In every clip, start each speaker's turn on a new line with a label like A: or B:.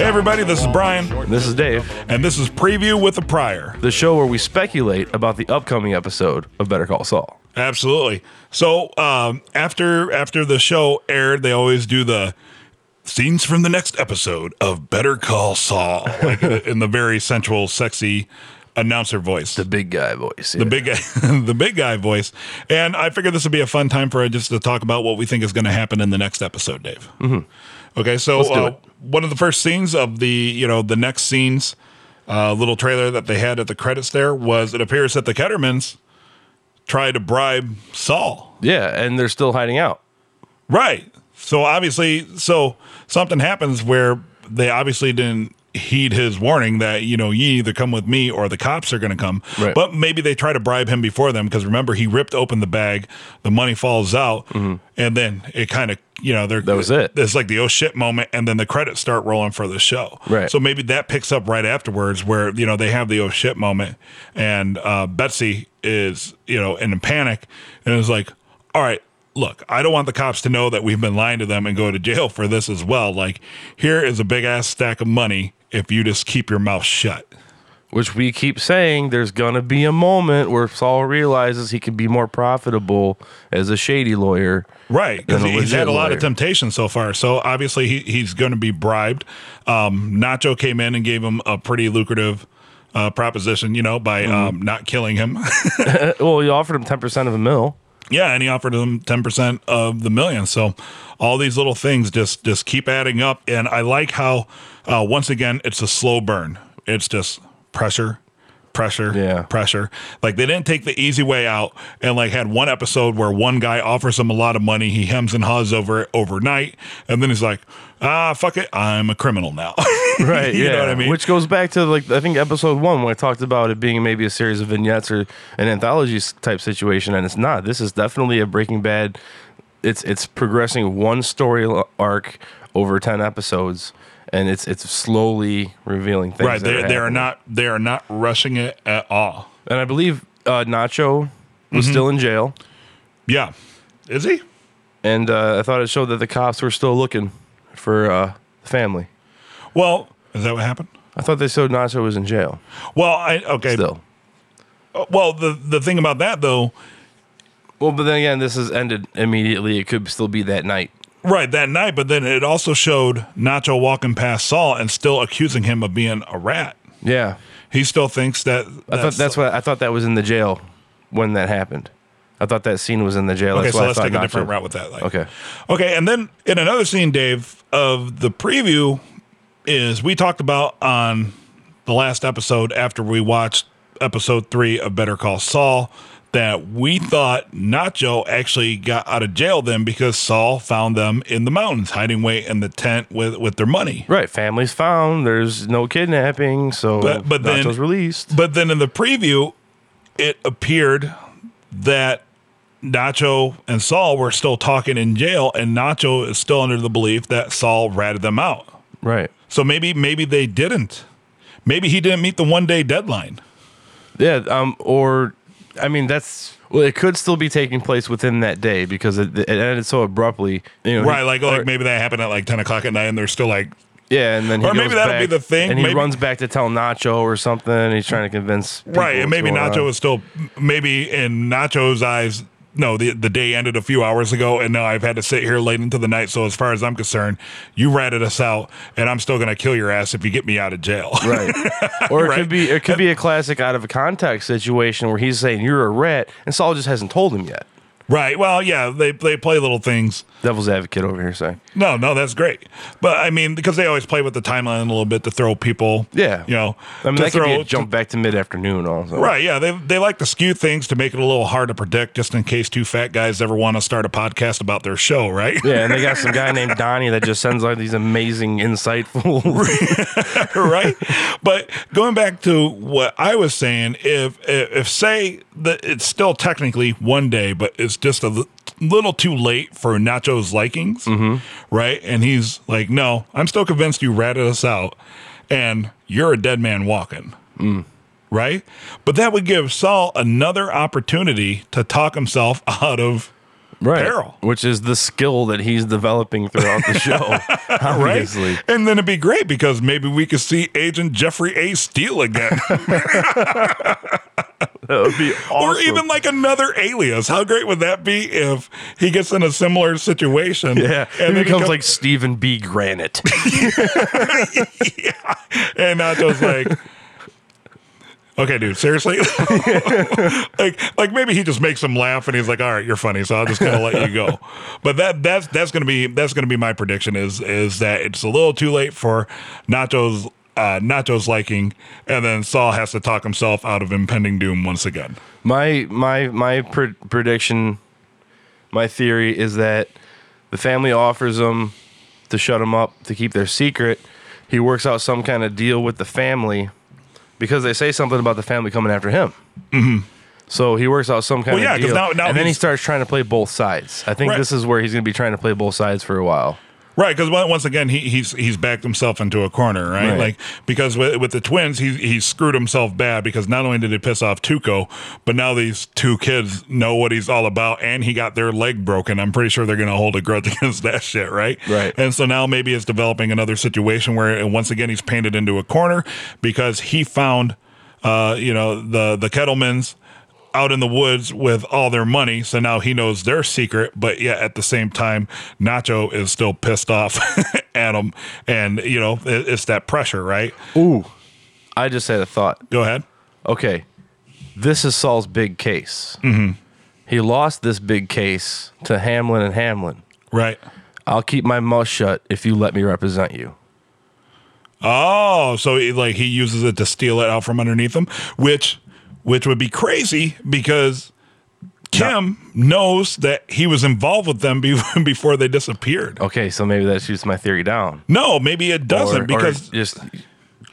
A: everybody. This is Brian,
B: This is Dave,
A: and this is Preview with the Prior.
B: the show where we speculate about the upcoming episode of Better Call Saul.
A: Absolutely. So um, after after the show aired, they always do the scenes from the next episode of Better Call Saul, like in the very sensual, sexy announcer voice.
B: The big guy voice.
A: the big guy, the big guy voice. And I figured this would be a fun time for us just to talk about what we think is going to happen in the next episode, Dave. Okay, so
B: Mm-hmm. do
A: uh,
B: it.
A: one of the first scenes of the you know the next scenes uh, little trailer that they had at the credits there was it appears that the Kettermans tried to bribe Saul.
B: Yeah, and they're still hiding out.
A: Right. So obviously, so something happens where they obviously didn't heed his warning that you know you either come with me or the cops are going to come
B: Right.
A: but maybe they try to bribe him before them because remember he ripped open the bag the money falls out and then it kind of you know they're
B: Mm-hmm. That was it.
A: it's like the oh shit moment and then the credits start rolling for the show
B: Right.
A: so maybe that picks up right afterwards where you know they have the oh shit moment and uh, betsy is you know in a panic and is like all right look i don't want the cops to know that we've been lying to them and go to jail for this as well like here is a big ass stack of money if you just keep your mouth shut
B: Which we keep saying there's gonna be a moment where Saul realizes he could be more profitable as a shady lawyer.
A: Right, because
B: than a
A: he's had
B: legit
A: a lot
B: lawyer.
A: of temptation so far. So obviously he, he's going to be bribed. Um, Nacho came in and gave him a pretty lucrative uh, proposition, you know,
B: Mm-hmm.
A: by um, not killing him.
B: Uh, Well, he offered him ten percent of a mill.
A: yeah, and he offered him ten percent of the million. So all these little things just just keep adding up. And I like how uh, once again it's a slow burn. It's just pressure. Pressure,
B: Yeah.
A: pressure. Like they didn't take the easy way out, and like had one episode where one guy offers him a lot of money. He hems and haws over it overnight, and then he's like, "Ah, fuck it, I'm a criminal now."
B: Right.
A: you
B: yeah.
A: know what I mean.
B: Which goes back to like I think episode one when I talked about it being maybe a series of vignettes or an anthology s- type situation, and it's not. This is definitely a Breaking Bad. It's it's progressing one story l- arc over ten episodes, and it's it's slowly revealing things.
A: right?
B: that
A: They, they are
B: happening.
A: not. They are not rushing it at all.
B: And I believe uh, Nacho was
A: Mm-hmm.
B: still in jail,
A: Yeah, is he?
B: and uh, I thought it showed that the cops were still looking for uh, the family.
A: Well, is that what happened?
B: I thought they showed Nacho was in jail
A: Well, I okay. Uh,
B: still.
A: Well, the the thing about that though,
B: Well, but then again, this is ended immediately. It could still be that night.
A: right that night, but then it also showed Nacho walking past Saul and still accusing him of being a rat.
B: Yeah,
A: He still thinks that.
B: I thought that's what I thought that was in the jail when that happened. I thought that scene was in the jail.
A: Okay,
B: That's
A: so
B: why I
A: let's
B: thought
A: take a
B: Nacho-
A: different route with that. Like,
B: Okay,
A: Okay, and then in another scene, Dave, of the preview, is we talked about on the last episode after we watched episode three of Better Call Saul that we thought Nacho actually got out of jail then because Saul found them in the mountains, hiding away in the tent with with their money.
B: right. Family's found. There's no kidnapping, so
A: But- but then-
B: Nacho's released.
A: But then in the preview, it appeared that Nacho and Saul were still talking in jail, and Nacho is still under the belief that Saul ratted them out.
B: Right.
A: So maybe maybe they didn't. Maybe he didn't meet the one day deadline.
B: Yeah, um, or I mean, that's well, it could still be taking place within that day because it, it ended so abruptly. You know,
A: Right, like like
B: or-
A: maybe that happened at like ten o'clock at night, and they're still like,
B: yeah, and then he
A: or maybe
B: goes
A: that'll be
B: back
A: the thing,
B: and he
A: maybe-
B: runs back to tell Nacho or something. And he's trying to uh, convince people
A: right, and
B: what's
A: maybe
B: going
A: Nacho
B: on.
A: was still maybe in Nacho's eyes. No, the the day ended a few hours ago, and now I've had to sit here late into the night. So as far as I'm concerned, you ratted us out, and I'm still gonna kill your ass if you get me out of jail.
B: right, or it
A: Right.
B: could be it could be a classic out of context situation where he's saying you're a rat, and Saul just hasn't told him yet.
A: right. Well, yeah, they they play little things.
B: Devil's advocate over here saying,
A: No, no, that's great. But I mean, because they always play with the timeline a little bit to throw people.
B: yeah,
A: You know,
B: I mean
A: to
B: that could be
A: throw-
B: a jump back to mid afternoon also.
A: Right, yeah, they they like to skew things to make it a little hard to predict, just in case two fat guys ever want to start a podcast about their show, right?
B: Yeah, and they got some guy named Donnie that just sends like these amazing, insightful
A: right. But going back to what I was saying, if if, if say that it's still technically one day, but it's just a li- little too late for Nacho's likings, right? And he's like, "No, I'm still convinced you ratted us out, and you're a dead man walking." Right, but that would give Saul another opportunity to talk himself out of
B: right.
A: peril.
B: which is the skill that he's developing throughout the show.
A: Right,
B: obviously.
A: and then it'd be great because maybe we could see Agent Jeffrey A. Steele again,
B: That would be awesome.
A: or even like another alias. How great would that be if he gets in a similar situation?
B: yeah,
A: and
B: he
A: then
B: becomes
A: comes-
B: like Stephen B. Granite.
A: and Nacho's like, okay, dude, seriously, like, like maybe he just makes him laugh, and he's like, all right, you're funny, so I'll just kind of let you go. But that that's that's gonna be that's gonna be my prediction is is that it's a little too late for Nacho's. Uh, Nacho's liking, and then Saul has to talk himself out of impending doom once again.
B: My my my pred- prediction, my theory is that the family offers him to shut him up to keep their secret. He works out some kind of deal with the family because they say something about the family coming after him. Mm-hmm. So he works out some kind
A: Well, yeah,
B: of
A: 'cause
B: deal,
A: now- now
B: and then he
A: he's-
B: starts trying to play both sides. I think
A: Right.
B: this is where he's going to be trying to play both sides for a while.
A: Right, because once again he, he's he's backed himself into a corner, right?
B: Right.
A: Like because with, with the twins, he he screwed himself bad because not only did he piss off Tuco, but now these two kids know what he's all about, and he got their leg broken. I'm pretty sure they're going to hold a grudge against that shit, right?
B: Right.
A: And so now maybe it's developing another situation where and once again he's painted into a corner because he found, uh, you know, the the Kettlemans out in the woods with all their money. So now he knows their secret, but yet at the same time, Nacho is still pissed off at him. And, you know, it, it's that pressure, right?
B: Ooh, I just had a thought.
A: Go ahead.
B: okay, this is Saul's big case. Mm-hmm. He lost this big case to Hamlin and Hamlin.
A: Right.
B: I'll keep my mouth shut if you let me represent you.
A: Oh, so he, like he uses it to steal it out from underneath him, which which would be crazy because Kim knows that he was involved with them be- before they disappeared.
B: Okay, so maybe that shoots my theory down.
A: No, maybe it doesn't
B: Or- or
A: because
B: just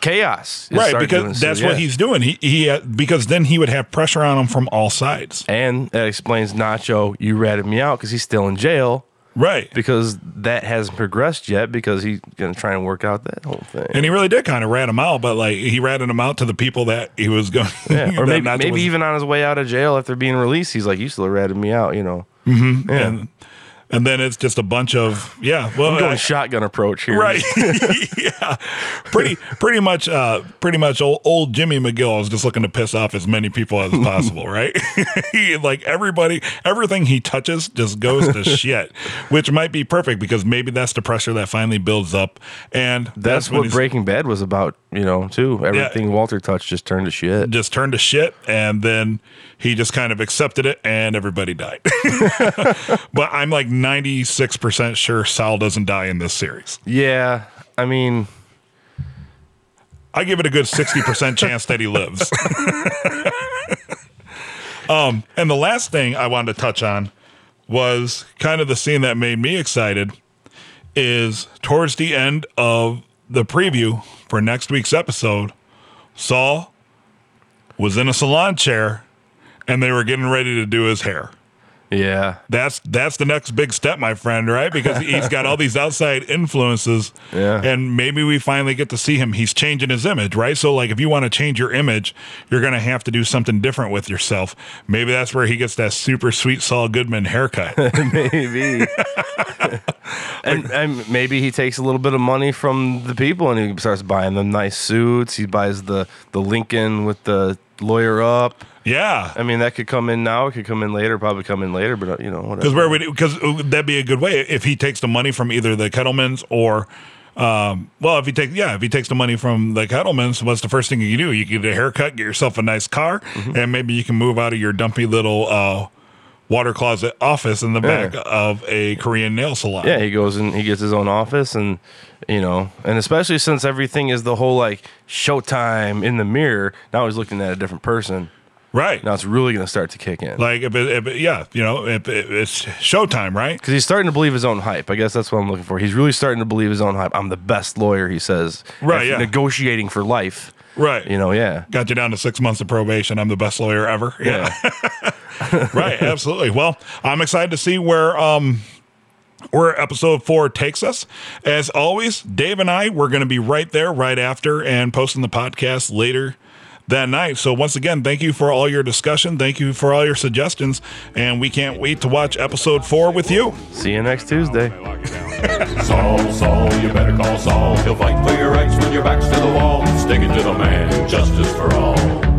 B: chaos. Just
A: right
B: start doing-
A: because
B: so,
A: that's
B: yeah.
A: what he's doing. He he uh, because then he would have pressure on him from all sides.
B: And that explains Nacho. You ratted me out because he's still in jail
A: Right.
B: because that hasn't progressed yet because he's gonna try and work out that whole thing.
A: And he really did kind of rat him out, but like he ratted him out to the people that he was going.
B: Yeah,
A: that
B: or maybe,
A: Nacho
B: maybe
A: was-
B: even on his way out of jail after being released, he's like, "You still ratted me out," you know. Mm-hmm. Yeah.
A: And, and then it's just a bunch of yeah. Well,
B: going
A: I-
B: shotgun approach here.
A: right. yeah. Pretty pretty much uh pretty much old, old Jimmy McGill is just looking to piss off as many people as possible, right? He- like everybody everything he touches just goes to shit, which might be perfect because maybe that's the pressure that finally builds up and
B: That's,
A: when
B: what
A: he's-
B: Breaking Bad was about, you know, too. Everything Walter touched just turned to shit.
A: just turned to shit and then he just kind of accepted it and everybody died. but I'm like 96% sure Sal doesn't die in this series.
B: Yeah. I mean,
A: I give it a good 60% chance that he lives. um, and the last thing I wanted to touch on was kind of the scene that made me excited is towards the end of the preview for next week's episode, Saul was in a salon chair and they were getting ready to do his hair.
B: yeah.
A: That's that's the next big step, my friend, right? Because he's got all these outside influences.
B: Yeah.
A: And maybe we finally get to see him. He's changing his image, right? So like if you want to change your image, you're gonna have to do something different with yourself. Maybe that's where he gets that super sweet Saul Goodman haircut.
B: Maybe. and, and maybe he takes a little bit of money from the people and he starts buying them nice suits. He buys the, the Lincoln with the lawyer up.
A: yeah.
B: I mean, that could come in now. It could come in later. Probably come in later, but, uh, you know,
A: Because
B: whatever.
A: where would because that'd be a good way if he takes the money from either the Kettlemans or um, well, if he takes yeah, if he takes the money from the Kettlemans, what's the first thing you do? You get a haircut, get yourself a nice car,
B: Mm-hmm.
A: and maybe you can move out of your dumpy little uh, water closet office in the back
B: Yeah.
A: of a Korean nail salon.
B: Yeah, he goes and he gets his own office, and you know, and especially since everything is the whole like showtime in the mirror. Now he's looking at a different person.
A: right.
B: Now it's really going to start to kick in
A: Like if it, if it, yeah, you know, if it, it's showtime, right?
B: because he's starting to believe his own hype. I guess that's what I'm looking for. He's really starting to believe his own hype. I'm the best lawyer, he says.
A: Right,
B: After
A: yeah.
B: Negotiating for life.
A: Right.
B: You know. Yeah.
A: Got you down to six months of probation. I'm the best lawyer ever. yeah.
B: Yeah.
A: right absolutely well i'm excited to see where um where episode four takes us as always dave and i we're going to be right there right after and posting the podcast later that night. So once again, thank you for all your discussion. Thank you for all your suggestions, and we can't wait to watch episode four with you.
B: See you next Tuesday.
C: Saul, Saul, you better call Saul. He'll fight for your rights when your back's to the wall. Sticking to the man, justice for all.